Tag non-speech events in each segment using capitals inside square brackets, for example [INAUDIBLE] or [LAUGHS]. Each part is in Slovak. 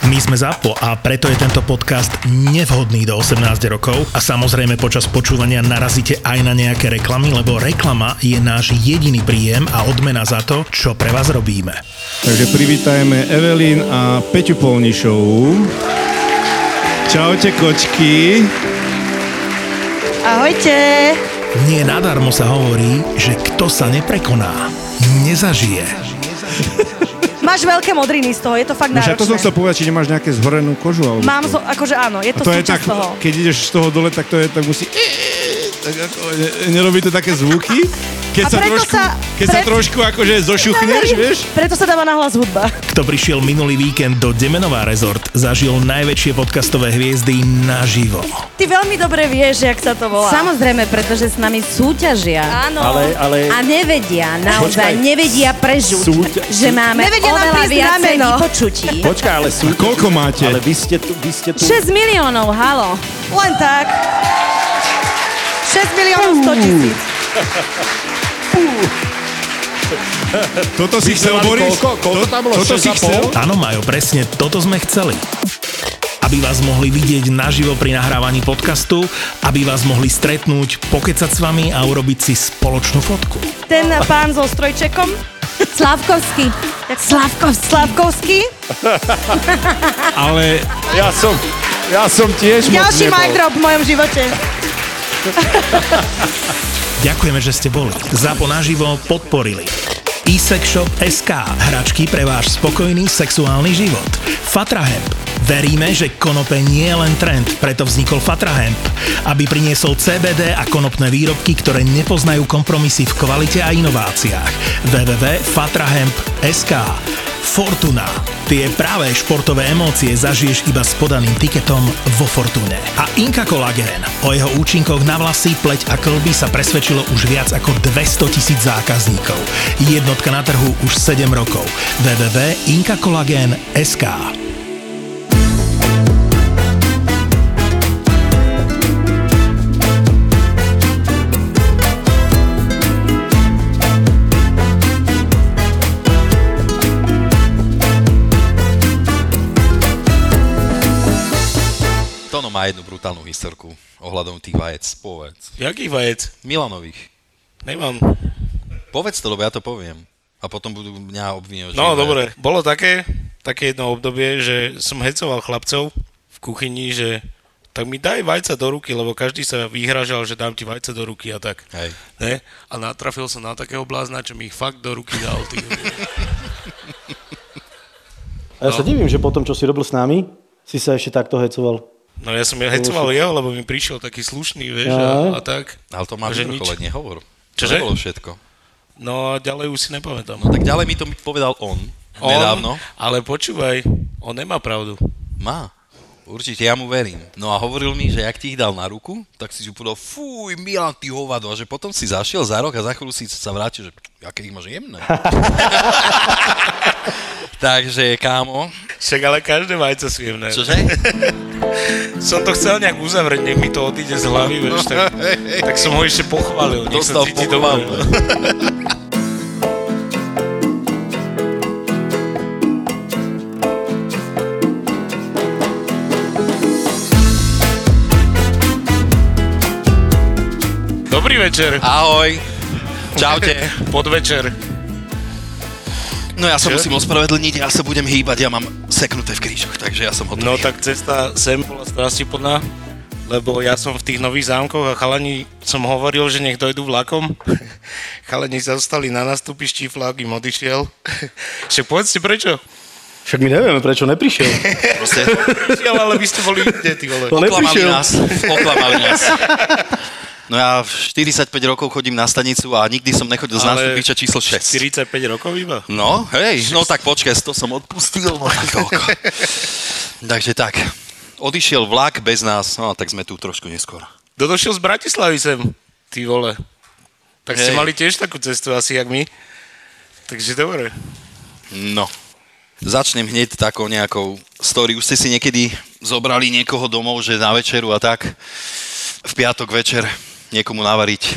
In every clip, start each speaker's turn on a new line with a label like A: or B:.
A: My sme ZAPO a preto je tento podcast nevhodný do 18 rokov a samozrejme počas počúvania narazíte aj na nejaké reklamy, lebo reklama je náš jediný príjem a odmena za to, čo pre vás robíme.
B: Takže privítajme Evelyn a Peťu Polnišovú. Čaute kočky.
C: Ahojte!
A: Nie nadarmo sa hovorí, že kto sa neprekoná, nezažije.
C: Máš veľké modriny z toho, je to fakt
B: Však
C: náročné.
B: to som chcel povedať, či nemáš nejaké zhorenú kožu. Alebo
C: Mám, zo, akože áno, je to,
B: to je tak,
C: súčasť toho.
B: keď ideš z toho dole, tak to je, tak musí... Tak ako, ne, nerobí to také zvuky? Keď,
C: A
B: sa
C: preto
B: trošku,
C: sa-
B: keď sa
C: pre-
B: trošku akože zošuchneš, vieš?
C: Preto sa dáva nahlas hudba.
A: Kto prišiel minulý víkend do Demenová rezort, zažil najväčšie podcastové hviezdy naživo.
C: Ty veľmi dobre vieš, jak sa to volá.
D: Samozrejme, pretože s nami súťažia.
C: Áno.
E: Ale, ale...
D: A nevedia, naozaj
E: Počkaj.
D: nevedia prežuť,
E: Súť-
D: že máme
C: Nevedia nám
D: oveľa
C: prísť
D: viacej
C: rameno.
D: vypočutí.
E: Počkaj, ale sú...
B: Koľko máte?
E: Ale vy ste tu, vy ste tu...
D: 6 miliónov, halo.
C: Len tak. 6 miliónov 100 tisíc.
B: Toto si chcel,
E: mali
B: Boris?
E: koľko? Koľko tam bolo?
B: Toto
E: Šesť
B: si
E: a pol?
B: chcel?
A: Áno, Majo, presne toto sme chceli. Aby vás mohli vidieť naživo pri nahrávaní podcastu, aby vás mohli stretnúť, pokecať s vami a urobiť si spoločnú fotku.
C: Ten pán so strojčekom,
D: Slavkovský. Slavkovský.
C: Slavkovský,
B: Ale
E: Ja som... Ja som tiež moc
C: ďalší mic
E: nebol.
C: drop v mojom živote.
A: Ďakujeme, že ste boli. Zapo naživo podporili. eSexShop.sk Hračky pre váš spokojný sexuálny život. Fatrahemp. Veríme, že konope nie je len trend, preto vznikol Fatrahemp, aby priniesol CBD a konopné výrobky, ktoré nepoznajú kompromisy v kvalite a inováciách. www.fatrahemp.sk Fortuna. Tie práve športové emócie zažiješ iba s podaným tiketom vo Fortune. A Inka Collagen. O jeho účinkoch na vlasy, pleť a klby sa presvedčilo už viac ako 200 tisíc zákazníkov. Jednotka na trhu už 7 rokov. www.inkakolagen.sk
F: Tono má jednu brutálnu historku ohľadom tých vajec. Povedz.
G: Jaký vajec?
F: Milanových.
G: Nemám.
F: Povedz to, lebo ja to poviem. A potom budú mňa obvinovať.
G: No
F: že-
G: dobre, bolo také, také jedno obdobie, že som hecoval chlapcov v kuchyni, že tak mi daj vajca do ruky, lebo každý sa vyhražal, že dám ti vajca do ruky a tak.
F: Hej.
G: Ne? A natrafil som na takého blázna, čo mi ich fakt do ruky dal. Ty.
E: A
G: No.
E: ja sa divím, že po tom, čo si robil s nami, si sa ešte takto hecoval.
G: No ja som ja hecoval jeho, lebo mi prišiel taký slušný, vieš,
E: Aj.
G: a, a tak.
F: Ale to máš
G: Že nič.
F: vrchole, nehovor.
G: Čože?
F: To bolo všetko.
G: No a ďalej už si nepamätám.
F: No tak ďalej mi to povedal on.
G: On-
F: Nedávno.
G: Ale počúvaj, on nemá pravdu.
F: Má. Určite, ja mu verím. No a hovoril mi, že jak ti ich dal na ruku, tak si si povedal, fúj, Milan, ty hovado. A že potom si zašiel za rok a za chvíľu si sa vrátil, že aké ich máš
G: [LAUGHS]
F: jemné. Takže, kámo,
G: Však ale každé vajce sú jemné.
F: čože?
G: Som to chcel nejak uzavrieť, nech mi to odíde z hlavy, vieš, tak, tak som ho ešte pochválil, nech sa
F: No, Dostal
G: cíti
F: pochvalu.
G: dobre. Dobrý večer,
F: Ahoj. Čaute.
G: podvečer.
F: No ja sa
G: Čo?
F: musím ospravedlniť, ja sa budem hýbať, ja mám seknuté v krížoch, takže ja som hotový.
G: No tak cesta sem bola strastiplná, lebo ja som v tých nových zámkoch a chalani som hovoril, že nech dojdu vlakom. [LAUGHS] Chalani zostali na nastupišti, flag im odišiel. [LAUGHS] Však povedzte prečo.
E: Však my nevieme, prečo neprišiel.
F: proste
G: Išiel, ale vy ste boli inde, ty vole.
F: [LAUGHS]
E: To
F: oklamali
E: neprišiel.
F: nás, oklamali nás. No ja v 45 rokov chodím na stanicu a nikdy som nechodil z
G: Ale
F: nástupiča číslo 6.
G: 45 rokov iba.
F: No, hej, no tak počkaj, to som odpustil, no tak toľko. [LAUGHS] Takže tak, odišiel vlak bez nás, no a tak sme tu trošku neskôr.
G: Kto došiel z Bratislavy sem, ty vole. Tak ste
F: Hej.
G: mali tiež takú cestu asi, jak my. Takže dobre.
F: No. Začnem hneď takou nejakou story. Už ste si niekedy zobrali niekoho domov, že na večeru a tak v piatok večer niekomu navariť.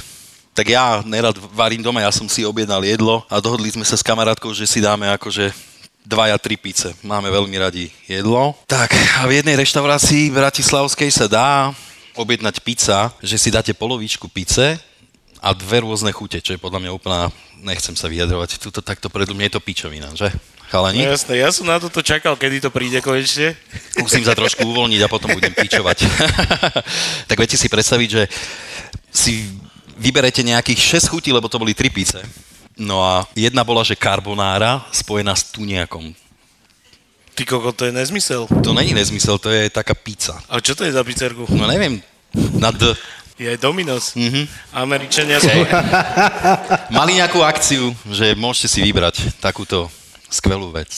F: Tak ja nerad varím doma, ja som si objednal jedlo a dohodli sme sa s kamarátkou, že si dáme akože dvaja, tri pice. Máme veľmi radi jedlo. Tak a v jednej reštaurácii bratislavskej sa dá objednať pizza, že si dáte polovičku pice a dve rôzne chute, čo je podľa mňa úplná, nechcem sa vyjadrovať, tuto takto predu mne je to pičovina, že? Chalani?
G: No jasné, ja som na toto čakal, kedy to príde konečne.
F: Musím sa trošku uvoľniť a potom budem pičovať. tak viete si predstaviť, že si vyberete nejakých 6 chutí, lebo to boli 3 pice. No a jedna bola, že karbonára spojená s tuniakom.
G: Ty koko, to je nezmysel.
F: To není nezmysel, to je taká pizza.
G: Ale čo to je za pizzerku?
F: No neviem, na D.
G: Je aj Dominos.
F: Mhm.
G: Mm-hmm. Američania sú...
F: Mali nejakú akciu, že môžete si vybrať takúto skvelú vec.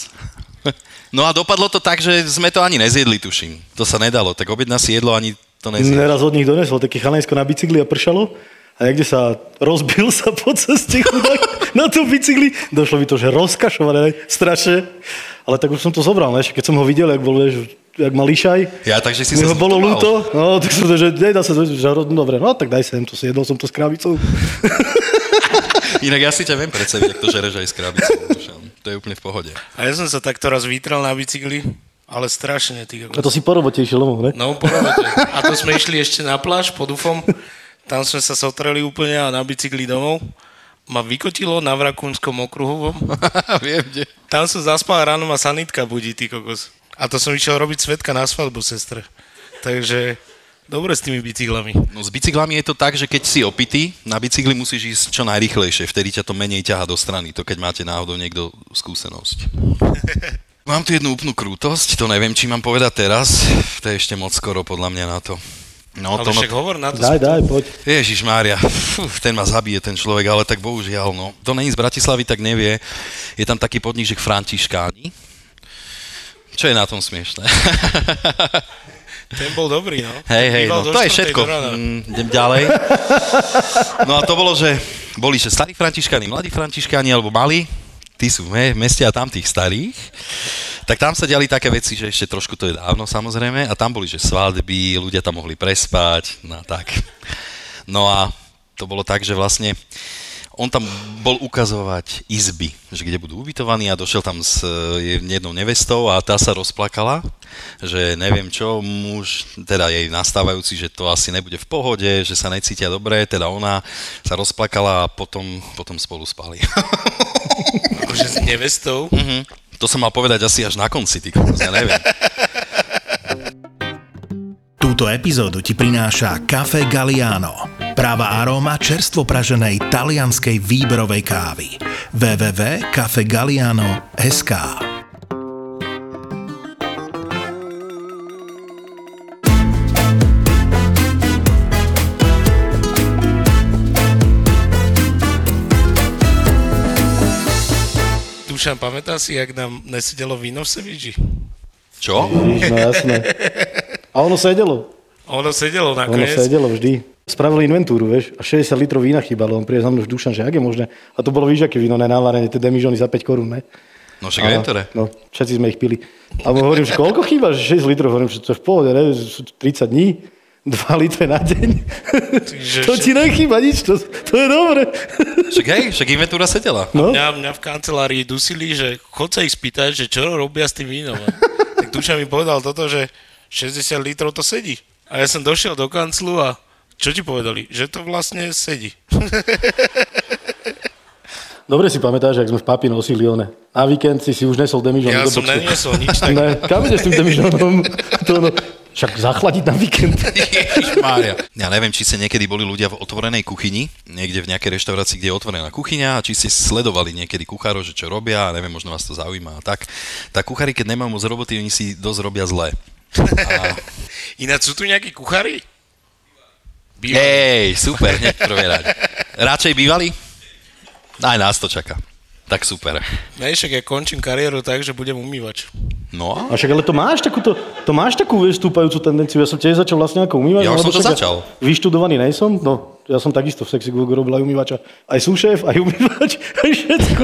F: [LAUGHS] No a dopadlo to tak, že sme to ani nezjedli, tuším. To sa nedalo, tak objedná si jedlo ani to nezjedlo.
E: Neraz od nich donesol taký chalansko na bicykli a pršalo a niekde sa rozbil [LAUGHS] sa po ceste chudák na tom bicykli. Došlo mi to, že rozkašované, strašne. Ale tak už som to zobral, ne? Keď som ho videl, jak bol, vieš, jak mal lišaj.
F: Ja, takže si
E: mi
F: sa
E: ho bolo
F: zmotoval.
E: ľúto, no, tak som to, že nedá sa to, že no, dobre, no tak daj sem, to si jedol som to s krávicou.
F: Inak ja si ťa viem predstaviť, ak to žereš aj s krabicou. Dušan. To je úplne v
G: [LAUGHS]
F: pohode.
G: A ja som sa takto raz vytral na bicykli, ale strašne, ty
E: A
G: kokos.
E: to si po robote išiel domov, ne?
G: No, po robote. A to sme išli ešte na pláž pod ufom. Tam sme sa sotreli úplne a na bicykli domov. Ma vykotilo na Vrakúnskom okruhovom.
F: Viem, kde.
G: Tam som zaspal a ráno ma sanitka budí, ty kokos. A to som išiel robiť svetka na svadbu, sestre. Takže dobre s tými bicyklami.
F: No s bicyklami je to tak, že keď si opitý, na bicykli musíš ísť čo najrychlejšie, vtedy ťa to menej ťaha do strany, to keď máte náhodou niekto
G: [LAUGHS]
F: skúsenosť. Mám tu jednu úplnú krútosť, to neviem, či mám povedať teraz, to je ešte moc skoro podľa mňa na to. No,
G: Ale
F: to, no,
G: však hovor na to.
E: Daj, daj, poď.
F: Ježiš Mária, ten ma zabije ten človek, ale tak bohužiaľ, no. To není z Bratislavy, tak nevie. Je tam taký podnik, že Františkáni. Čo je na tom smiešné? [LAUGHS]
G: Ten bol dobrý, no.
F: Hej, hej,
G: Býval
F: no,
G: do
F: to je
G: štvrtej
F: všetko.
G: do rána.
F: Mm, idem ďalej. No a to bolo, že boli že starí františkáni, mladí františkáni, alebo mali, tí sú v me- meste a tam tých starých. Tak tam sa diali také veci, že ešte trošku to je dávno samozrejme, a tam boli, že svadby, ľudia tam mohli prespať, no a tak. No a to bolo tak, že vlastne on tam bol ukazovať izby, že kde budú ubytovaní a došiel tam s e, jednou nevestou a tá sa rozplakala, že neviem čo, muž, teda jej nastávajúci, že to asi nebude v pohode, že sa necítia dobre, teda ona sa rozplakala a potom, potom spolu spali.
G: [LAUGHS] Akože s nevestou.
F: Mhm. to som mal povedať asi až na konci, ty kokos, ja neviem.
A: Túto epizódu ti prináša Cafe Galliano. Práva aróma čerstvo praženej talianskej výberovej kávy. www.cafegalliano.sk
G: Dušan, pamätáš si, jak nám nesedelo víno v Seviži?
F: Čo?
E: Ježiš, no jasné. A ono sedelo.
G: Ono sedelo
E: Ono
G: nakoniec.
E: sedelo vždy. Spravili inventúru, vieš, a 60 litrov vína chýbalo. On príde za mnou Dušan, že ak je možné. A to bolo víš, aké víno nenávarené, tie demižony za 5 korún, ne?
F: No však viem,
E: A-
F: ktoré.
E: No, všetci sme ich pili. A mu hovorím, že koľko chýba? Že 6 litrov. Hovorím, že to je v pohode, ne? Sú 30 dní, 2 litre na deň.
G: Tyže-
E: to ti nechýba nič, to, to je dobre.
F: Však hej, však inventúra sedela.
E: No,
G: Mňa, mňa v kancelárii dusili, že chod sa ich spýtať, že čo robia s tým
E: [LAUGHS]
G: vínom. A tak Duša mi povedal toto, že 60 litrov to sedí. A ja som došiel do kanclu a čo ti povedali? Že to vlastne sedí.
E: dobre si pamätáš, ak sme v papi nosili one. Na víkend si si už nesol demižon.
G: Ja
E: do
G: som
E: boxu.
G: neniesol nič tak.
E: Ne, kam ideš s tým
G: [LAUGHS]
E: demižonom? To ono, však zachladiť na víkend.
F: Mária. Ja neviem, či ste niekedy boli ľudia v otvorenej kuchyni, niekde v nejakej reštaurácii, kde je otvorená kuchyňa, a či ste sledovali niekedy kuchárov, že čo robia, a neviem, možno vás to zaujíma a tak. Tak kuchári, keď nemajú moc roboty, oni si dosť robia zle.
G: [LAUGHS] Ináč sú tu nejakí kuchári? Bývajú.
F: Hej, super, hneď v prvej rade. Radšej bývali? Aj nás to čaká. Tak super.
G: Ne, však ja končím kariéru tak, že budem umývač.
F: No a
E: A však ale to máš takúto, to máš takú vieš, stúpajúcu tendenciu. Ja som tiež začal vlastne ako umývať.
F: Ja už
E: lebo
F: som to
E: však
F: začal.
E: Ja vyštudovaný nejsom, no ja som takisto v Sexy Google robil aj umývača. Aj súšéf, aj umývač, [LAUGHS] aj všetko.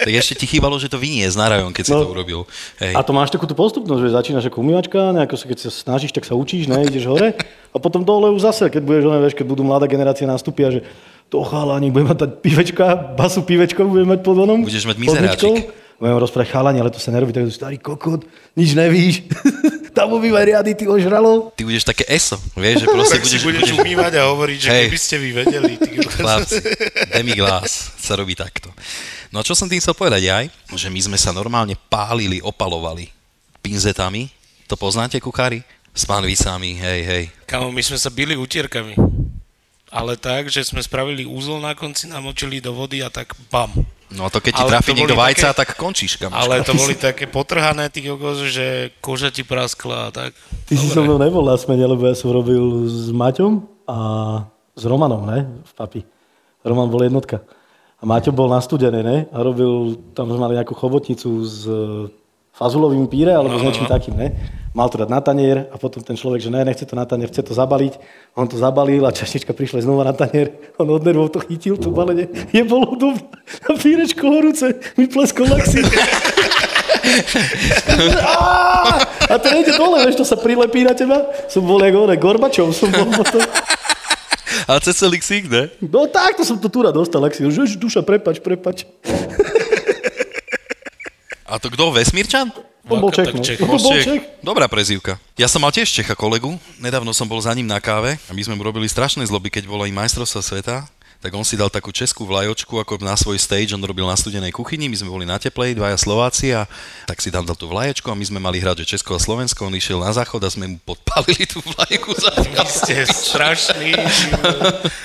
F: tak ešte ti chýbalo, že to vyniesť na rajón, keď si
E: No.
F: to urobil. Hej.
E: A to máš takúto postupnosť, že začínaš ako umývačka, nejako sa, keď sa snažíš, tak sa učíš, ne, ideš hore a potom dole už zase, keď budeš, ne, vieš, keď budú mladá generácia nástupia, že to chalani, budeme mať dať pivečka, basu pivečko, budeme mať pod onom.
F: Budeš mať
E: pod
F: mizeráčik.
E: myčkou. Budeme rozprávať chalani, ale to sa nerobí, tak je to starý kokot, nič nevíš. [LAUGHS] Tam umývaj riady, ty ožralo.
F: Ty budeš také eso, vieš, že proste
G: Tak si
F: budeš...
G: budeš umývať a hovoriť, že
F: Hej.
G: keby ste vy vedeli. Ty...
F: Chlapci, demi glass sa robí takto. No a čo som tým chcel povedať aj, že my sme sa normálne pálili, opalovali pinzetami. To poznáte, kuchári? S pánvicami, hej, hej.
G: Kámo, my sme sa bili utierkami. Ale tak, že sme spravili úzol na konci, namočili do vody a tak bam.
F: No a to keď ti
G: Ale
F: trafí
G: to
F: niekto
G: boli
F: vajca,
G: také-
F: tak končíš, kamoška.
G: Ale to boli také potrhané tí kokos, že koža ti praskla a tak.
E: Ty si so mnou nebol na smene, lebo ja som robil s Maťom a s Romanom, ne? V papi. Roman bol jednotka. A Maťo bol na studené, ne? A robil, tam sme mali nejakú chobotnicu s e, fazulovým píre, alebo s niečím takým, ne? Mal to dať na tanier a potom ten človek, že ne, nechce to na tanier, chce to zabaliť. On to zabalil a čaštička prišla znova na tanier. On od nervov to chytil, to balenie. Je bolo do, na pírečko horúce, mi pleskol laxi. Á! A to nejde dole, vieš, to sa prilepí na teba. Som bol jak one, Gorbačov som bol potom.
F: Ale cez celý ksík, ne?
E: No tak, to som to túra dostal, ak si už už, duša, prepač, prepač.
F: A to kto, vesmírčan?
E: On bol
G: Vlaka,
E: Čech,
G: tak
E: no.
G: Čech.
E: On bol
F: Čech.
E: Čech.
F: Dobrá prezývka. Ja som mal tiež Čecha kolegu, nedávno som bol za ním na káve a my sme mu robili strašné zloby, keď bola im majstrovstva sveta tak on si dal takú českú vlajočku, ako na svoj stage, on robil na studenej kuchyni, my sme boli na teplej, dvaja Slováci a tak si tam dal tú vlajočku a my sme mali hrať, že Česko a Slovensko, on išiel na záchod a sme mu podpalili tú vlajku za
G: Vy
E: [LAUGHS]
G: ste strašný,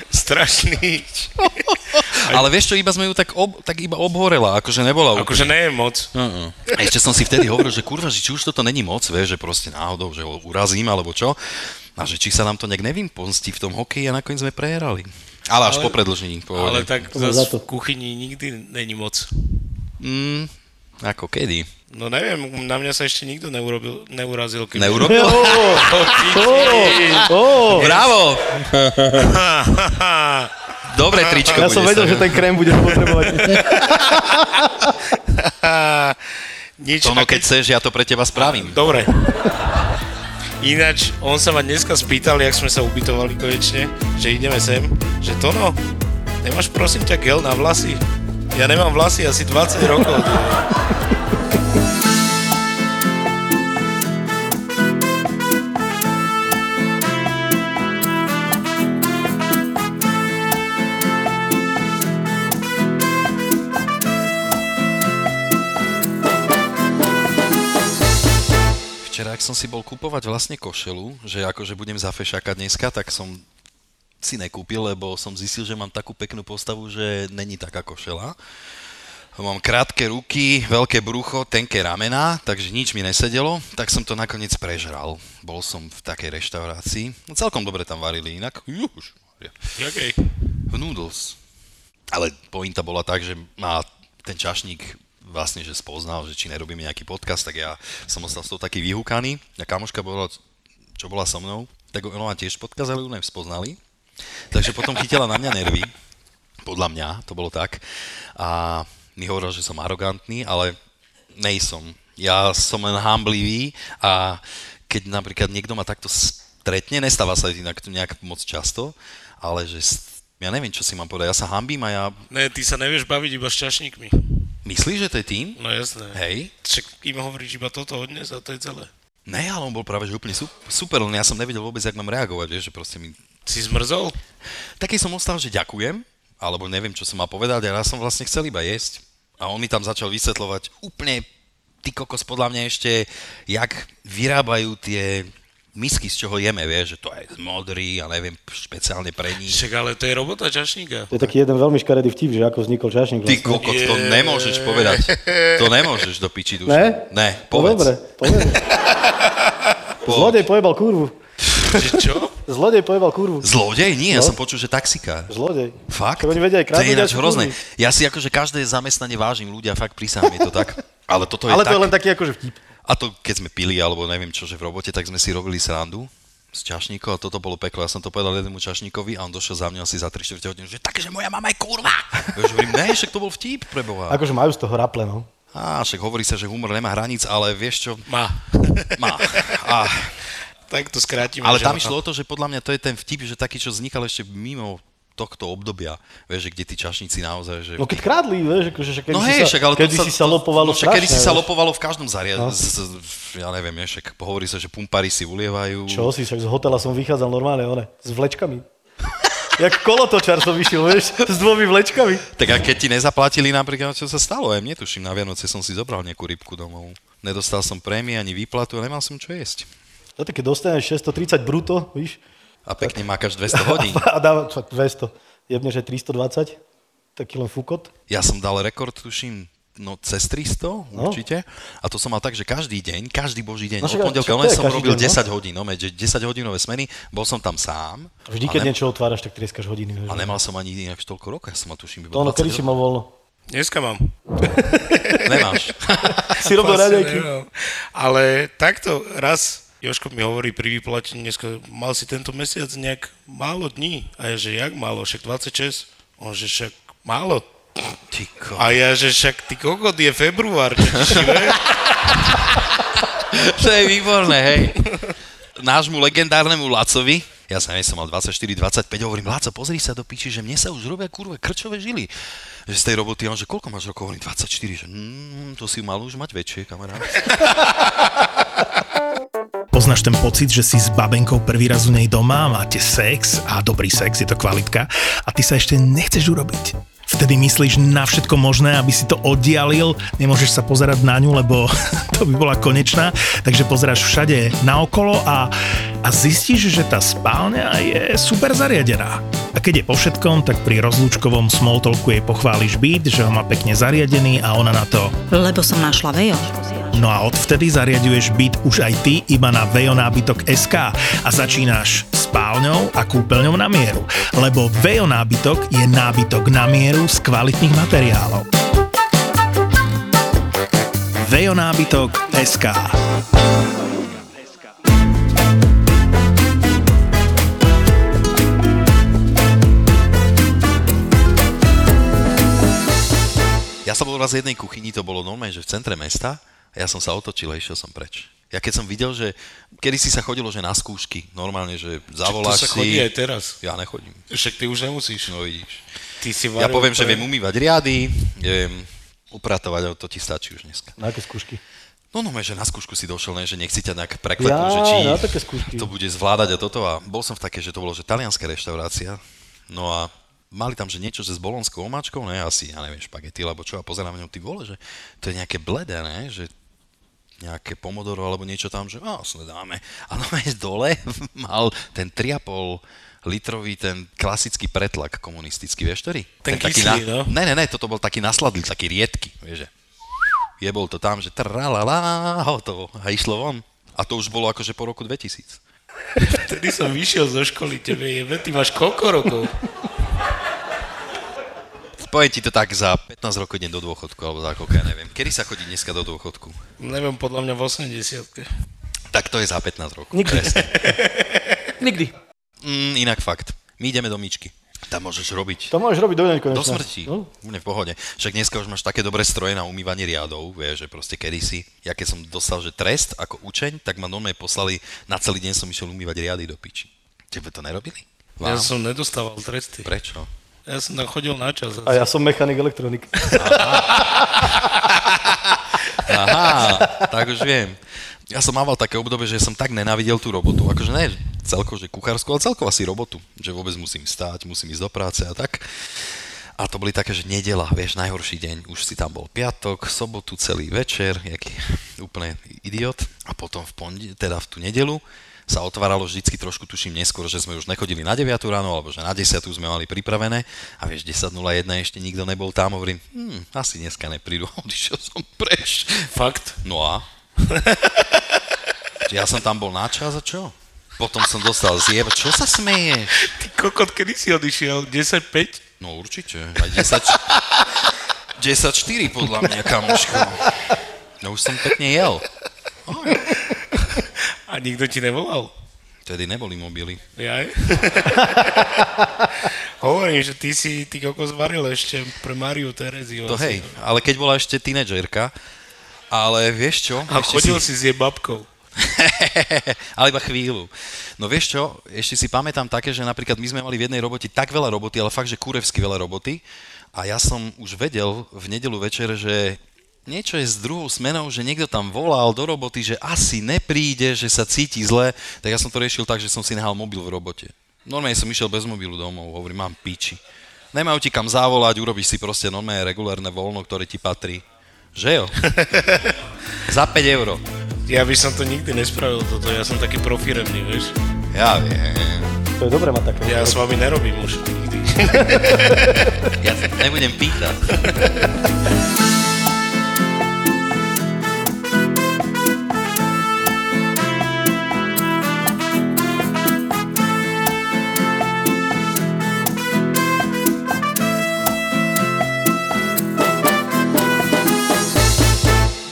G: strašný.
F: Ale vieš čo, iba sme ju tak, ob, tak iba obhorela, akože nebola úplne.
G: Akože nie je moc.
F: A ešte som si vtedy hovoril, že kurva, že či už toto není moc, vieš, že proste náhodou, že ho urazím alebo čo. A že či sa nám to nejak nevymponstí v tom hokeji a nakoniec sme prehrali. Ale až
G: Ale-
F: po predlžení,
G: Ale
F: povedal.
G: tak
E: za
G: zase
E: to.
G: v kuchyni nikdy není moc.
F: Mm, ako kedy?
G: No neviem, na mňa sa ešte nikto neurobil, neurazil. Keď
F: Neurobil? Bravo! Dobre
E: [LAUGHS]
F: tričko [LAUGHS]
E: Ja
F: bude
E: som vedel,
F: sa-
E: že ten krém budem potrebovať.
G: Nič,
F: Tono,
G: a
F: keď chceš, ja to pre teba spravím.
G: Dobre. Ináč, on sa ma dneska spýtal, jak sme sa ubytovali konečne, že ideme sem, že Tono, nemáš prosím ťa gel na vlasy? Ja nemám vlasy asi 20 rokov. ty vole.
F: Včera, ak som si bol kúpovať vlastne košelu, že akože budem za fešáka dneska, tak som si nekúpil, lebo som zistil, že mám takú peknú postavu, že není taká košela. Mám krátke ruky, veľké brucho, tenké ramená, takže nič mi nesedelo, tak som to nakoniec prežral. Bol som v takej reštaurácii, no celkom dobre tam varili inak. Juž,
G: Jakej?
F: v noodles. Ale pointa bola tak, že ma ten čašník vlastne, že spoznal, že či nerobíme nejaký podcast, tak ja som ostal z toho taký vyhúkaný. A kamoška bola, čo bola so mnou, tak ona má tiež podcast, ale ju nevzpoznali. Takže potom chytila na mňa nervy. Podľa mňa to bolo tak. A mi hovoril, že som arogantný, ale nejsom. Ja som len hamblivý a keď napríklad niekto ma takto stretne, nestáva sa inak to nejak moc často, ale že s- ja neviem, čo si mám povedať. Ja sa hambím a ja...
G: Ne, ty sa nevieš baviť iba s čašníkmi.
F: Myslíš, že to je tým?
G: No jasné.
F: Hej.
G: Však im hovoríš iba toto odnes a to je celé.
F: Ne, ale on bol práve že úplne su- super, len ja som nevedel vôbec, jak mám reagovať, vieš, že proste mi
G: Si zmrzol?
F: Taký som ostal, že ďakujem, alebo neviem, čo som mal povedať, ale ja som vlastne chcel iba jesť. A on mi tam začal vysvetľovať úplne, ty kokos, podľa mňa ešte, jak vyrábajú tie misky, z čoho jeme, vieš, že to je z modrý a neviem, špeciálne pre nich.
G: Však ale to je robota čašníka.
E: [LAUGHS] To je taký jeden veľmi škaredý vtip, že ako vznikol čašník.
F: Ty
E: Vlastne.
F: kokos, to nemôžeš povedať. To nemôžeš do piči duša.
E: Ne?
F: Ne,
E: No
F: povedz.
E: Dobre,
F: [LAUGHS]
E: povedz. Zlodej pojebal kurvu.
G: Že čo?
E: Zlodej pojebal kurvu.
F: Zlodej? Nie, ja
E: No.
F: som počul, že taxikár.
E: Zlodej.
F: Fakt?
E: Čo oni vedia
F: to je
E: aj kradnúť,
F: ináč
E: aj
F: hrozné.
E: kurviť.
F: Ja si akože každé zamestnanie vážim ľudia, fakt prísahám, je to tak. [LAUGHS] Ale toto je
E: Ale
F: tak.
E: to je len taký akože vtip.
F: A to keď sme pili, alebo neviem čo, že v robote, tak sme si robili srandu z čašníkov a toto bolo peklo. Ja som to povedal jednému čašníkovi a on došiel za mňa asi za 3 4 hodiny, že takže moja mama je kurva. Ja už hovorím, ne, však to bol vtip pre Boha.
E: Akože majú z toho raple, no.
F: Á, však hovorí sa, že humor nemá hraníc, ale vieš čo,
G: Má.
F: [LAUGHS] má. [LAUGHS] A,
G: Tak to skrátime.
F: ale
G: že
F: tam
G: má.
F: išlo o to, že podľa mňa to je ten vtip, že taký, čo vznikal ešte mimo tohto obdobia, vieš, že kde tí čašníci naozaj, že...
E: No keď krádli, vieš, akože, že kedy,
F: No
E: si,
F: hej,
E: sa,
F: však, ale to
E: kedy si sa lopovalo
F: no, však, kedy si
E: strašne,
F: sa
E: vieš.
F: lopovalo v každom zariadení. No. Ja neviem, vieš, však hovorí sa, že pumpári si ulievajú.
E: Čo si, však z hotela som vychádzal normálne, one, s vlečkami. [LAUGHS] Jak kolotočar som vyšiel, vieš, s dvomi vlečkami.
F: Tak a keď ti nezaplatili napríklad, čo sa stalo, aj mne tuším, na Vianoce som si zobral nejakú rybku domov. Nedostal som prémie ani výplatu a nemal som čo jesť.
E: No tak keď dostaneš 630 bruto, víš,
F: A pekne mákaš 200 hodín.
E: a dáva čo, 200, jebne, že 320, taký len fúkot.
F: Ja som dal rekord, tuším, no cez 300 určite. A to som mal tak, že každý deň, každý boží deň,
E: No
F: no,
E: však,
F: od pondelka,
E: čo to
F: len
E: je
F: som
E: každý
F: robil
E: deň, no?
F: 10 hodín, no, medže 10 hodinové smeny, bol som tam sám.
E: Vždy,
F: a
E: keď
F: ne-
E: niečo otváraš, tak trieskaš hodiny. Vieš,
F: A nemal som ani inak toľko rokov, ja som mal tuším iba
E: to ono,
F: 20
E: kedy si mal voľno?
G: Dneska mám.
F: Nemáš.
E: Si robil
G: Vlastne
E: raňajky.
G: nemám. Ale takto raz Joško mi hovorí pri vyplatení dneska, mal si tento mesiac nejak málo dní. A ja, že jak málo, však 26. On, že však málo.
F: [LAUGHS] Ty ko...
G: A ja, že však ty kokot je február. čo ti šibe?
F: To je výborné, hej. Nášmu legendárnemu Lacovi, ja sa neviem, som mal 24-25, hovorím, Laco, pozri sa do piči, že mne sa už robia kurve krčové žily. Že z tej roboty, on, že koľko máš rokov, hovorím, 24, že mm, to si mal už mať väčšie, kamarát.
A: Poznáš ten pocit, že si s babenkou prvý raz u nej doma, máte sex a dobrý sex, je to kvalitka a ty sa ešte nechceš urobiť. Vtedy myslíš na všetko možné, aby si to oddialil, nemôžeš sa pozerať na ňu, lebo [LAUGHS] to by bola konečná, takže pozeráš všade naokolo a, a zistíš, že tá spálňa je super zariadená. A keď je po všetkom, tak pri rozlúčkovom smalltalku jej pochváliš byt, že ho má pekne zariadený a ona na to
H: Lebo som našla Vejo.
A: No a odvtedy zariaduješ byt už aj ty iba na Vejo nábytok SK a začínaš spálňou a kúpeľňou na mieru, lebo Vejo nábytok je nábytok na mieru z kvalitných materiálov. Vejo nábytok SK
F: Ja som bol raz v jednej kuchyni, to bolo normálne, že v centre mesta, a ja som sa otočil a išiel som preč. Ja keď som videl, že kedy si sa chodilo, že na skúšky, normálne, že
G: To
F: zavoláš
G: sa chodí
F: si...
G: aj teraz.
F: Ja nechodím.
G: Však ty už nemusíš.
F: No vidíš.
G: Ty si
F: Ja
G: varil
F: poviem, že
G: pre-
F: viem umývať riady, viem upratovať, ale to ti stačí už dneska.
E: Na aké skúšky?
F: No no, že na skúšku si došiel, ne, že nechci ťa nejak prekvapnúť,
E: Jaj,
F: že či
E: na také skúšky.
F: to bude zvládať a toto. A bol som v také, že to bolo, že talianská reštaurácia. No a mali tam, že niečo, že s bolonskou omáčkou, ne, asi, ja neviem, špagety, alebo čo, a pozerám na ňom, ty vole, že to je nejaké bledé, ne, že nejaké pomodoro alebo niečo tam, že a sledáme. A no aj dole [LAUGHS] mal ten 3,5 litrový ten klasický pretlak komunistický, vieš ktorý?
G: Ten
F: taký
G: kyslý, no.
F: Ne, ne, ne, toto bol taký nasladlý, taký riedky, vieš že jebol to tam, že tralala, hotovo. A išlo von. A to už bolo akože po roku 2000.
G: Vtedy som vyšiel zo školy, tebe jebe, ty máš koľko rokov?
F: Poviem ti to tak, za 15 rokov idem do dôchodku, alebo za koľko, ja neviem. Kedy sa chodí dneska do dôchodku?
G: Neviem, podľa mňa v 80
F: Tak to je za 15 rokov.
E: Nikdy.
F: Presne.
E: [LAUGHS] Nikdy.
F: Mm, inak fakt. My ideme do myčky. Tam môžeš robiť.
E: To môžeš robiť No. do konečne.
F: Do smrti. Úplne v pohode. Však dneska už máš také dobré stroje na umývanie riadov, vieš, že proste kedysi, ja keď som dostal, že trest ako učeň, tak ma normálne poslali, na celý deň som išiel umývať riady do piči. Tebe to nerobili? Vám?
G: Ja som nedostával tresty.
F: Prečo?
G: Ja som tam chodil na čas.
E: A ja som mechanik elektronik.
F: Aha, tak už viem. Ja som mával také obdobie, že som tak nenávidel tú robotu. Akože ne celko, že kuchársku, ale celkovo asi robotu. Že vôbec musím stáť, musím ísť do práce a tak. A to boli také, že nedela, vieš, najhorší deň. Už si tam bol piatok, sobotu, celý večer, jaký úplne idiot. A potom v ponde, teda v tú nedelu sa otváralo vždycky trošku, tuším neskôr, že sme už nechodili na 9 ráno, alebo že na 10 sme mali pripravené. A vieš, 10.01 ešte nikto nebol tam, hovorím, hm, asi dneska neprídu. [LAUGHS] Odišiel som preč.
G: Fakt.
F: No a? [LAUGHS] ja som tam bol na čas a čo? Potom som dostal zjeb. Čo sa smeješ?
G: Ty kokot, kedy si odišiel? 10-5?
F: No určite. Aj [LAUGHS] 10... 10-4 podľa mňa, kamoško. No už som pekne jel.
G: A nikto ti nevolal?
F: Vtedy neboli mobily.
G: [LAUGHS] Jaj? Hovorím, že ty si ty kokos varil ešte pre Mariu Tereziu.
F: To hej,
G: asi.
F: ale keď bola ešte tínedžerka, ale vieš čo?
G: no. A
F: Ešte
G: chodil si s jej babkou.
F: [LAUGHS] ale iba chvíľu. No vieš čo, ešte si pamätám také, že napríklad my sme mali v jednej robote tak veľa roboty, ale fakt, že kurevsky veľa roboty. A ja som už vedel v nedelu večer, že niečo je s druhou smenou, že niekto tam volal do roboty, že asi nepríde, že sa cíti zle, tak ja som to riešil tak, že som si nehal mobil v robote. Normálne som išiel bez mobilu domov, hovorím, mám piči. Nemajú ti kam zavolať, urobíš si proste normálne regulárne voľno, ktoré ti patrí. Že jo? [LAUGHS] Za 5 euro.
G: Ja by som to nikdy nespravil toto, ja som taký profiremný, vieš.
F: Ja viem.
E: To je dobré mať také.
G: Ja s vami nerobím už [LAUGHS] nikdy.
F: Ja sa nebudem pýtať.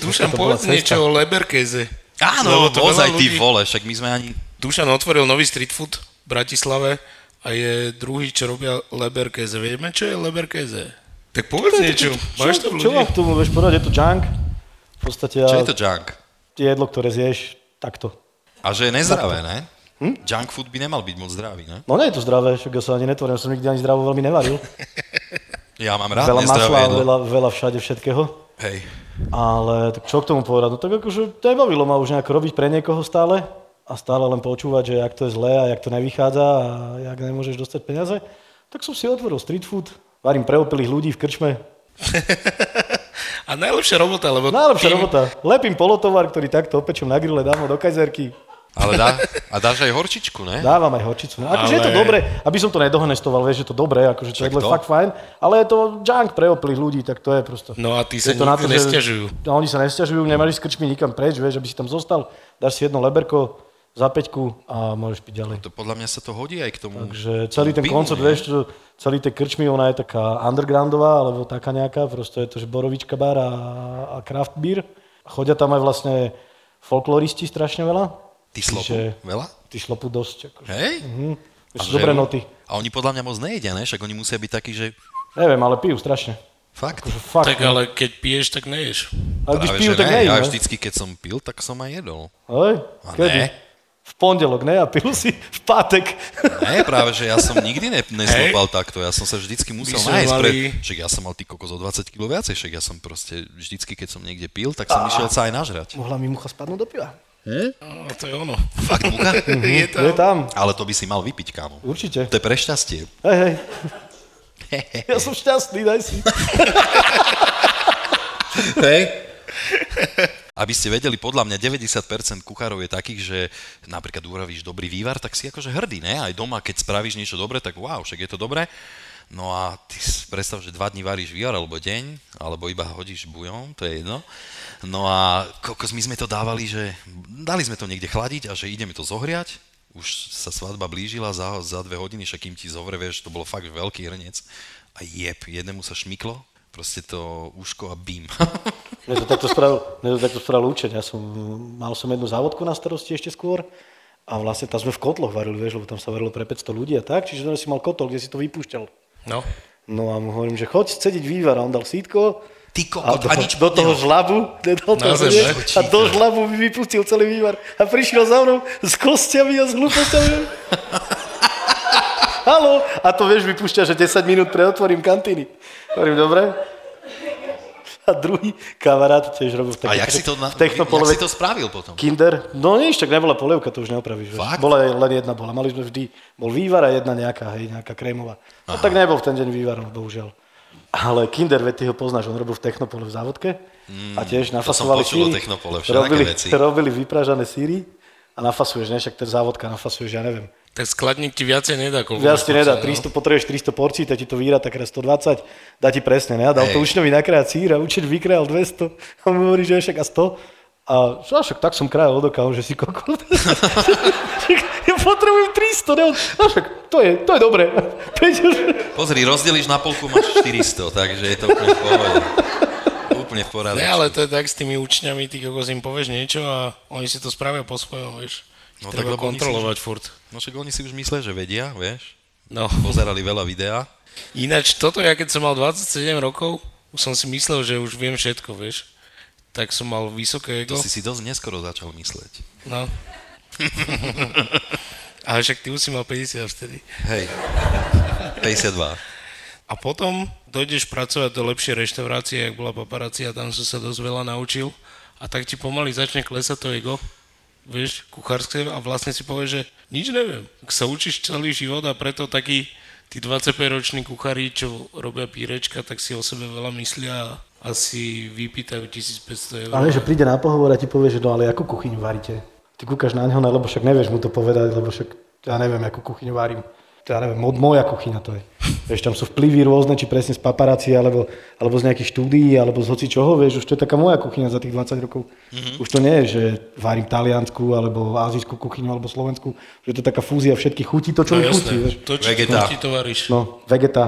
G: Dušan,
E: To bola
G: povedz
E: cesta.
G: niečo o Leberkeze.
F: Áno,
G: Lebo to
F: ozaj
G: veľa
F: ty
G: ľudí-
F: vole, však my sme ani...
G: Dušan otvoril nový street food v Bratislave a je druhý, čo robia Leberkeze. Vieme, čo je Leberkeze? Tak povedz niečo, máš to v
E: čo
G: ľudí?
E: vám k tomu vieš povedať? Je to junk? V podstate
F: Čo
E: a-
F: je to junk?
E: jedlo, ktoré zješ takto.
F: A že je nezdravé, ne? Hm? Junk food by nemal byť moc zdravý, ne?
E: No nie je to zdravé, však ja sa ani netvorím, ja som nikdy ani zdravo veľmi nevaril.
F: Ja mám rád
E: veľa
F: nezdravé
E: masla,
F: jedlo.
E: veľa, veľa všade všetkého.
F: Hej.
E: Ale tak čo k tomu povedať? No tak akože nebavilo ma už nejako robiť pre niekoho stále a stále len počúvať, že jak to je zlé a jak to nevychádza a jak nemôžeš dostať peniaze. Tak som si otvoril street food, varím pre opilých ľudí v krčme.
G: A najlepšia robota, lebo...
F: [LAUGHS]
E: Najlepšia
G: tým-
E: robota. Lepím polotovar, ktorý takto opečom na grille, dám ho do kajzerky,
F: Ale dá, a dáš aj horčičku, ne?
E: Dávam aj horčicu. No, akože je to
G: Ale-
E: dobré, aby som to nedohonestoval, vieš, je to dobré, akože to
F: Však
E: jedlo je
F: to.
E: fakt fajn, ale je to junk pre oplých ľudí, tak to je prosto.
G: No a ty
E: Je
G: sa
E: to na
G: nikdy
E: to, že-
G: nesťažujú.
E: No, oni sa nesťažujú, nemáš s krčmi nikam preč, vieš, aby si tam zostal, dáš si jedno leberko za peťku a môžeš piť ďalej.
F: To podľa mňa sa to hodí aj k tomu.
E: Takže celý ten
F: pivu,
E: koncept,
F: ne?
E: vieš, čo- celý tie krčmy, ona je taká undergroundová, alebo taká nejaká, prosto je to, že borovička bar a, a craft beer. Chodia tam aj vlastne folkloristi strašne veľa.
F: Ty slopu
E: Čiže-
F: veľa?
E: Ty šlopu dosť. Akože.
F: Hej?
E: Hm.
F: A
E: Ešte
F: že-
E: dobré noty.
F: A oni podľa mňa moc nejedia, ne? Však oni musia byť takí, že...
E: Neviem, ale pijú strašne.
F: Fakt.
E: Akože fakt.
G: Tak ale keď piješ, tak neješ.
E: a když
F: Práve,
E: pijú,
F: že
E: tak
F: ne.
E: nejí,
F: Ja
E: ne?
F: vždycky, keď som pil, tak som aj jedol.
E: Hej,
F: A
E: kedy?
F: ne?
E: V pondelok, ne? A pil si v pátek.
F: Ne, práve, že ja som nikdy ne, neslopal takto, ja som sa vždycky musel
G: My sme
F: nájsť, pre,
G: mali-
F: však ja som mal ty kokos o 20 kg viacej, však ja som proste vždycky, keď som niekde pil, tak som išiel sa aj nažrať.
E: [LAUGHS] Mohla mi mucha spadnúť do piva.
G: No, to je ono.
F: Fakt, muka?
G: [LAUGHS] Je
E: To Mhm.
G: to...
E: je tam,
F: Ale to by si mal vypiť, kámo.
E: určite.
F: To je pre šťastie.
E: Hej, hej. Ja som šťastný, daj [LAUGHS] si.
F: Hej. Aby ste vedeli, podľa mňa 90% kuchárov je takých, že napríklad uravíš dobrý vývar, tak si akože hrdý, ne? Aj doma, keď spravíš niečo dobre, tak wow, však je to dobré. No a ty si predstav, že dva dní varíš vývar, alebo deň, alebo iba hodíš bujom, to je jedno. No a kokos, my sme to dávali, že dali sme to niekde chladiť a že ideme to zohriať. Už sa svadba blížila za, za dve hodiny, však kým ti zohre, vieš, to bolo fakt veľký hrniec. A jeb, jednému sa šmyklo, proste to úško a [LAUGHS] bím.
E: Mne to takto spravil, mne to takto spravil účet. Ja som, mal som jednu závodku na starosti ešte skôr a vlastne tam sme v kotloch varili, vieš, lebo tam sa varilo pre 500 ľudí a tak, čiže si mal kotol, kde si to vypúšťal.
G: No.
E: No a mu hovorím, že choď cediť vývar, a on dal sítko,
F: Ty
E: A
F: kokot,
E: do,
F: a nič
E: do toho žlabu, nedal
G: Na zem,
E: to znieť,
F: ne?
E: a do žlabu mi vypustil celý vývar a prišiel za mnou s kostiami a
F: [LAUGHS]
E: s hlúpostiami. Halo, a to vieš, vypúšťa, že 10 minút preotvorím kantíny. Hovorím, dobre. A druhý kamarát tiež robil v
F: A
E: takej-
F: jak si to, na,
E: v
F: jak
E: technopolovej
F: si to spravil potom?
E: Kinder. No nič, tak nebola polievka, to už neopravíš. vieš.
F: Fakt?
E: Bola len jedna bola. Mali sme vždy, bol vývar a jedna nejaká, hej, nejaká krémová. No tak nebol v ten deň vývar, no, bohužiaľ. Ale Kinder, veď ty ho poznáš, on robil v Technopole v závodke a tiež nafasovali
F: Mm, počul o
E: síry.
F: Technopole, všelijaké
E: robili,
F: veci.
E: robili vypražané síry a nafasuješ, ne, však ten závodka nafasuješ, ja neviem.
G: Tak skladník ti viacej nedá, koľko.
E: Viac ti nedá,
G: máš no? pocit,
E: 300, potrebuješ 300 porcií, tak ti to vyhrá tak raz 120, dá ti presne, ne? A dal to
F: Hej.
E: učňovi nakrájať sír a učeť vykrájal 200 a on mi hovorí, že však a 100. A že však tak som krajal od oka, on, že si kokot. [LAUGHS] ja potrebujem 300, ne? On, A však to je, to je dobré. [LAUGHS] Peťo, že-
F: Pozri, rozdelíš na polku, máš 400, takže je to úplne v pohode. Úplne v
G: no.
F: porade.
G: Ne, ale to je tak s tými učňami, ty kokos im povieš niečo a oni si to spravia po svojom, vieš.
F: No
G: No,
F: tak
G: Treba
F: lebo oni si-
G: kontrolovať furt.
F: No však oni si už myslia, že vedia, vieš.
G: No.
F: Pozerali veľa videa.
G: Ináč toto, ja keď som mal 27 rokov, už som si myslel, že už viem všetko, vieš. tak som mal vysoké ego.
F: To si si dosť neskoro začal mysleť.
G: No. [LAUGHS] Ale však ty už si mal 50 vtedy.
F: Hej. 52.
G: A potom dojdeš pracovať do lepšej reštaurácie, jak bola paparácia, tam som sa dosť veľa naučil. A tak ti pomaly začne klesať to ego, vieš, kuchárske a vlastne si povieš, že nič neviem. Ak sa učíš celý život a preto taký tí 25-roční kuchári, čo robia pírečka, tak si o sebe veľa myslia a asi vypýtajú 1500 eur.
E: Ale že príde na pohovor a ti povie, že no ale akú kuchyň varíte? Ty kúkaš na neho, no, lebo však nevieš mu to povedať, lebo však ja neviem, akú kuchyň varím. To Ja neviem, od moja kuchyňa to je. Vieš, tam sú vplyvy rôzne, či presne z paparáci, alebo, alebo z nejakých štúdií, alebo z hoci čoho, vieš, už to je taká moja kuchyňa za tých 20 rokov. Mm-hmm.
G: Mhm.
E: Už to nie je, že varím taliansku, alebo azijskú kuchyňu, alebo slovenskú, že to je taká fúzia všetkých chutí, to
G: No
E: čo mi chutí, vieš.
G: jasné, to čo
F: Vegeta.
G: ti to varíš.
E: No, vegeta.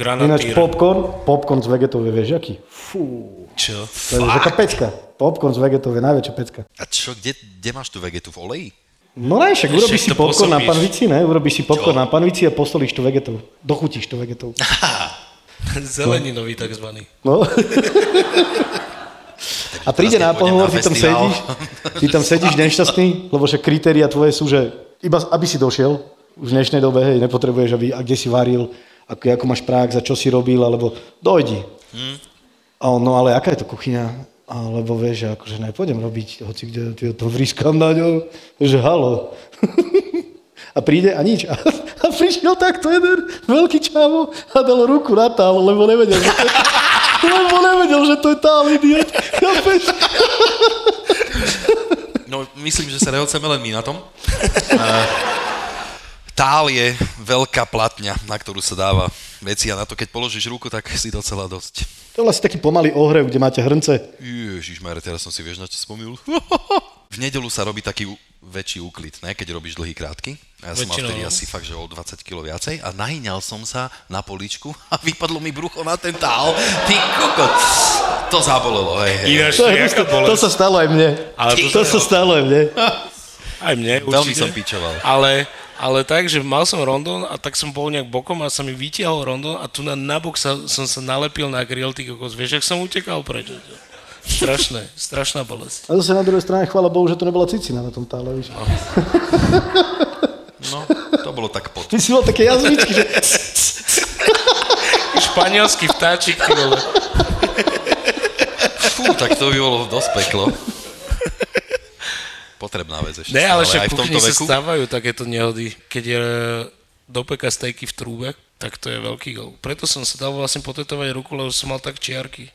E: Ináč
G: Granatír.
E: popcorn, popcorn z vegetou je, vieš, aký? Fú,
G: Čo? [LAUGHS]
E: to je taká pecka. Popcorn z vegetou je najväčšia pecka.
F: A čo, kde, kde máš tú vegetu? V oleji?
E: No ne, však
G: Ešte
E: urobíš si
G: to
E: popcorn na
G: posobíš.
E: panvici, ne? Urobíš si popcorn
F: Čo?
E: na panvici a posolíš to vegetou. Dochutíš to vegetou.
G: Zeleninový takzvaný.
F: [LAUGHS]
E: No. A príde
F: Teraz, keď
E: na
F: pôjdem
E: pohovor,
F: na
E: ty tam
F: festival.
E: sedíš, ty tam sedíš nešťastný, lebo že kritéria tvoje sú, že iba aby si došiel, už v dnešnej dobe, hej, nepotrebuješ, aby, a kde si varil, ako, ako máš prax a čo si robil, alebo dojdi.
F: Hm.
E: A on, no ale aká je to kuchyňa? Alebo vieš, že akože nepôjdem robiť, hoci kde ty to vriskám na ňo, že halo. [LAUGHS] a príde a nič. [LAUGHS] A, a prišiel takto jeden veľký čavo a dal ruku na tál, lebo nevedel, že to je, lebo nevedel, že to je tál idiot. Chápeš?
F: No, myslím, že sa neoceme len my na [LAUGHS] tom. Eh, Tál je veľká platňa, na ktorú sa dáva veci a na to, keď položíš ruku, tak si docela dosť.
E: To je vlastne taký pomalý ohrev, kde máte hrnce.
F: Ježišmar, teraz som si vieš, na čo
G: [LAUGHS]
F: spomínal. v nedelu sa robí taký u- väčší úklid, ne? keď robíš dlhý krátky. A ja som mal
G: Väčšinou,
F: vtedy
G: no.
F: asi fakt, že o 20 kg viacej a nahyňal som sa na poličku [LAUGHS] a vypadlo mi brucho na ten tál. Ty kokot. To zabolelo, hej, hej.
G: Ináč,
E: To, je, hustá- to sa stalo aj mne.
G: Ale to
E: to
G: sa-
E: sa stalo aj mne.
G: Aj mne
F: Veľmi
G: určite.
F: som pičoval.
G: Ale, ale tak, že mal som rondon a tak som bol nejak bokom a sa mi vytiahol rondon a tu na, na bok sa, som sa nalepil na grill, ty kokos. Vieš, ak som utekal preč? Strašné, strašná bolesť.
E: A zase na druhej strane, chvála Bohu, že to nebola cicina na tom tále. Víš.
F: No, to bolo tak pod.
E: Ty si mal také jazvičky, že...
G: Španielský vtáčik, ty vole.
F: Fú, tak to by bolo dosť peklo.
G: [LAUGHS]
F: Potrebná vec ešte.
G: Ne,
F: stále,
G: ale však
F: aj
G: v
F: v tomto
G: kuchyni sa
F: veku.
G: stávajú takéto nehody. Keď je do peka stejky v trúbe, tak to je veľký gol. Preto som sa dal vlastne potetovať ruku, lebo som mal tak čiarky.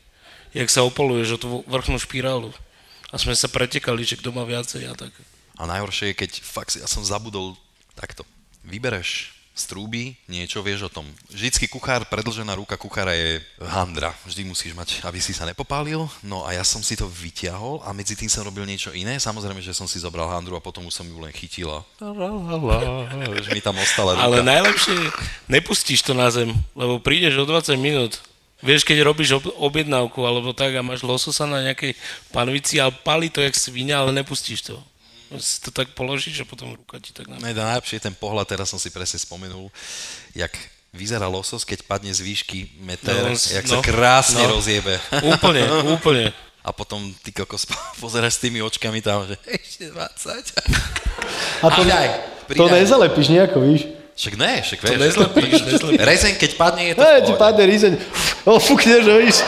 G: Jak sa opoluješ o tú vrchnú špirálu. A sme sa pretekali, že kto má viacej a tak.
F: A najhoršie je, keď fakt, si- ja som zabudol takto. Vybereš z trúby niečo, vieš o tom. Vždycky kuchár, predlžená ruka kuchára je handra. Vždy musíš mať, aby si sa nepopálil. No a ja som si to vyťahol a medzi tým som robil niečo iné. Samozrejme, že som si zobral handru a potom už som ju len chytil a už mi tam ostala ruka.
G: Ale najlepšie je, nepustíš to na zem, lebo prídeš o 20 minút. Vieš, keď robíš ob- objednávku alebo tak a máš lososa na nejakej panvici a palí to jak svinia, ale nepustíš to. Si to tak položíš a potom ruka ti tak na...
F: No je to najlepšie ten pohľad, teraz som si presne spomenul, jak vyzerá losos, keď padne z výšky meter, no,
G: No, on s-
F: jak sa
G: no,
F: krásne no.
G: no.
F: rozjebe.
G: Úplne, úplne.
F: A potom ty kokos [LAUGHS] pozeráš s tými očkami tam, že ešte 20.
E: A to,
F: Pridaj,
E: to
F: pridaj.
E: nezalepíš nejako, víš.
F: Však ne, však vieš.
G: nezlepíš, nezlepíš.
F: Rezeň, keď padne, [LAUGHS] je to
E: Hej, ti
F: v pohode.
E: padne rízeň. Ofúkneš, ho, víš.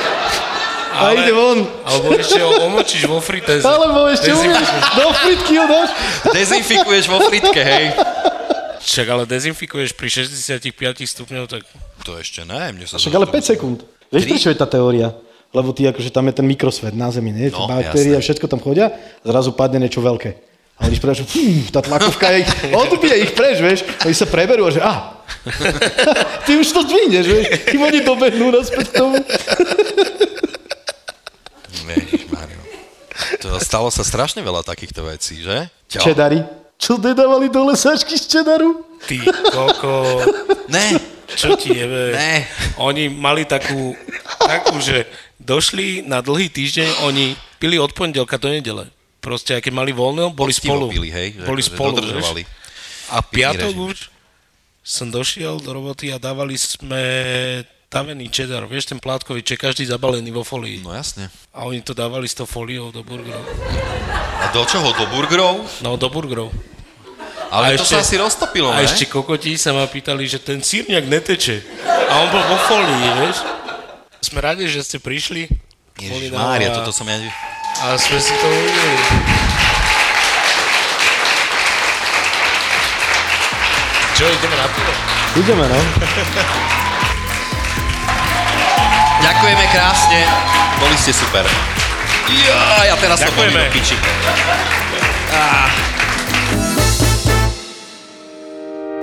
E: A ide von.
G: Alebo ešte ho omočíš vo fritéze.
E: Alebo ešte
G: Dezi-
E: umieš, do fritky ho dáš.
F: Dezinfikuješ vo fritke, hej.
G: Však ale dezinfikuješ pri 65 stupňov, tak
F: To ešte ne, mne sa...
E: Však ale 5 sekúnd. Vieš,
F: Tri.
E: prečo je tá teória? Lebo ty akože tam je ten mikrosvet na Zemi, nie?
F: No,
E: No,
F: jasné.
E: baktérie a všetko tam chodia, zrazu padne niečo veľké. A oni predáš, hm, tá tlakovka ich, [LAUGHS] odbije ich preč, vieš. Oni sa preberú a že, a, [LAUGHS] ty už to zdvihneš, vieš. Kým oni dobehnú naspäť k tomu.
F: Ježišmário. To stalo sa strašne veľa takýchto vecí, že? Čo?
E: Čedary. Čo nedávali do lesačky z čedaru?
G: ty koko,
F: Ne,
G: čo ti jebe?
F: ne.
G: Oni mali takú, takú, že došli na dlhý týždeň, oni pili od pondelka do nedele. Proste, aké mali voľno, boli
F: Poctivo
G: spolu.
F: Pili, hej, že
G: boli
F: akože
G: spolu,
F: dodržovali.
G: vieš. A piatok
F: režim.
G: už som došiel do roboty a dávali sme tavený cheddar, vieš, ten plátkový, čo je každý zabalený vo folii.
F: No jasne.
G: A oni to dávali s tou foliou do burgerov.
F: A do čoho? Do burgerov?
G: No, do burgerov.
F: Ale
G: A
F: to
G: ešte-
F: sa asi roztopilo,
G: A
F: No, ne?
G: ešte kokoti sa ma pýtali, že ten sírňak neteče. A on bol vo folii, vieš. Sme radi, že ste prišli. Boli
F: Ježiš,
G: nám
F: Mária,
G: a-
F: toto som ja...
G: A sme si to užili. Čo, ideme na pivo?
E: Ideme,
F: [LAUGHS]
E: no.
F: Ďakujeme krásne, boli ste super. Jaj, a teraz to boli
G: Ďakujeme.
F: do piči.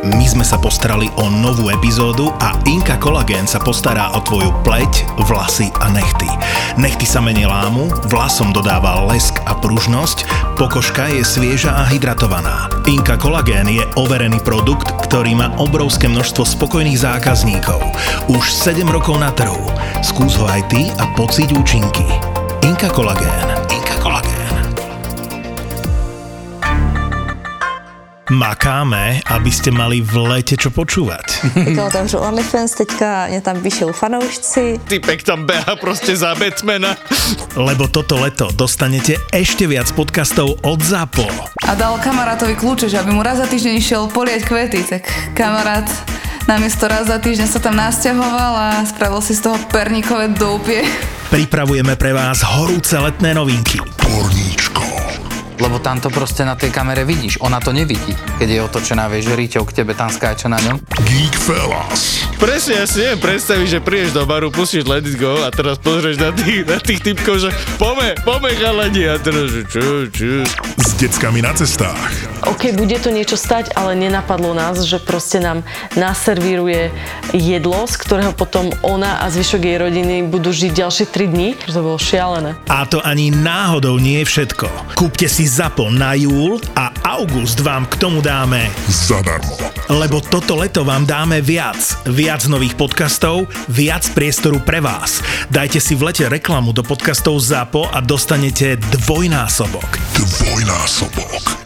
A: My sme sa postarali o novú epizódu a Inka Kolagén sa postará o tvoju pleť, vlasy a nechty. Nechty sa menej lámu, vlasom dodáva lesk a pružnosť, pokožka je svieža a hydratovaná. Inka Kolagén je overený produkt, ktorý má obrovské množstvo spokojných zákazníkov. Už 7 rokov na trhu. Skús ho aj ty a pocíť účinky. Inka Kolagén. Inka Kolagén. Makáme, aby ste mali v lete čo počúvať.
H: Teďka otevřu OnlyFans, teďka mě tam vyšel fanoušci.
I: Typek tam beha proste za Batmana.
A: lebo toto leto dostanete ešte viac podcastov od ZAPO.
J: a dal kamarátovi kľúče, že aby mu raz za týždeň išiel polieť kvety, tak kamarát namiesto raz za týždeň sa tam nasťahoval a spravil si z toho perníkové doupie.
A: Pripravujeme pre vás horúce letné novinky.
K: Lebo tam to proste na tej kamere vidíš, ona to nevidí. Keď je otočená, vieš, riťou k tebe tam skáča na ňom.
I: Presne, ja si neviem predstaviť, že prídeš do baru, pustíš Let It Go a teraz pozrieš na tých, na tých typkov, že pome, pome chalani a teraz, že čo, čo.
L: S deckami na cestách.
J: OK, bude to niečo stať, ale nenapadlo nás, že proste nám naservíruje jedlo, z ktorého potom ona a zvyšok jej rodiny budú žiť ďalšie 3 dní. To bolo šialené.
A: A to ani náhodou nie je všetko. Kúpte si ZAPO na júl a august vám k tomu dáme,
L: Zadarmo.
A: lebo toto leto vám dáme viac. Viac nových podcastov, viac priestoru pre vás. Dajte si v lete reklamu do podcastov ZAPO a dostanete dvojnásobok.
L: Dvojnásobok.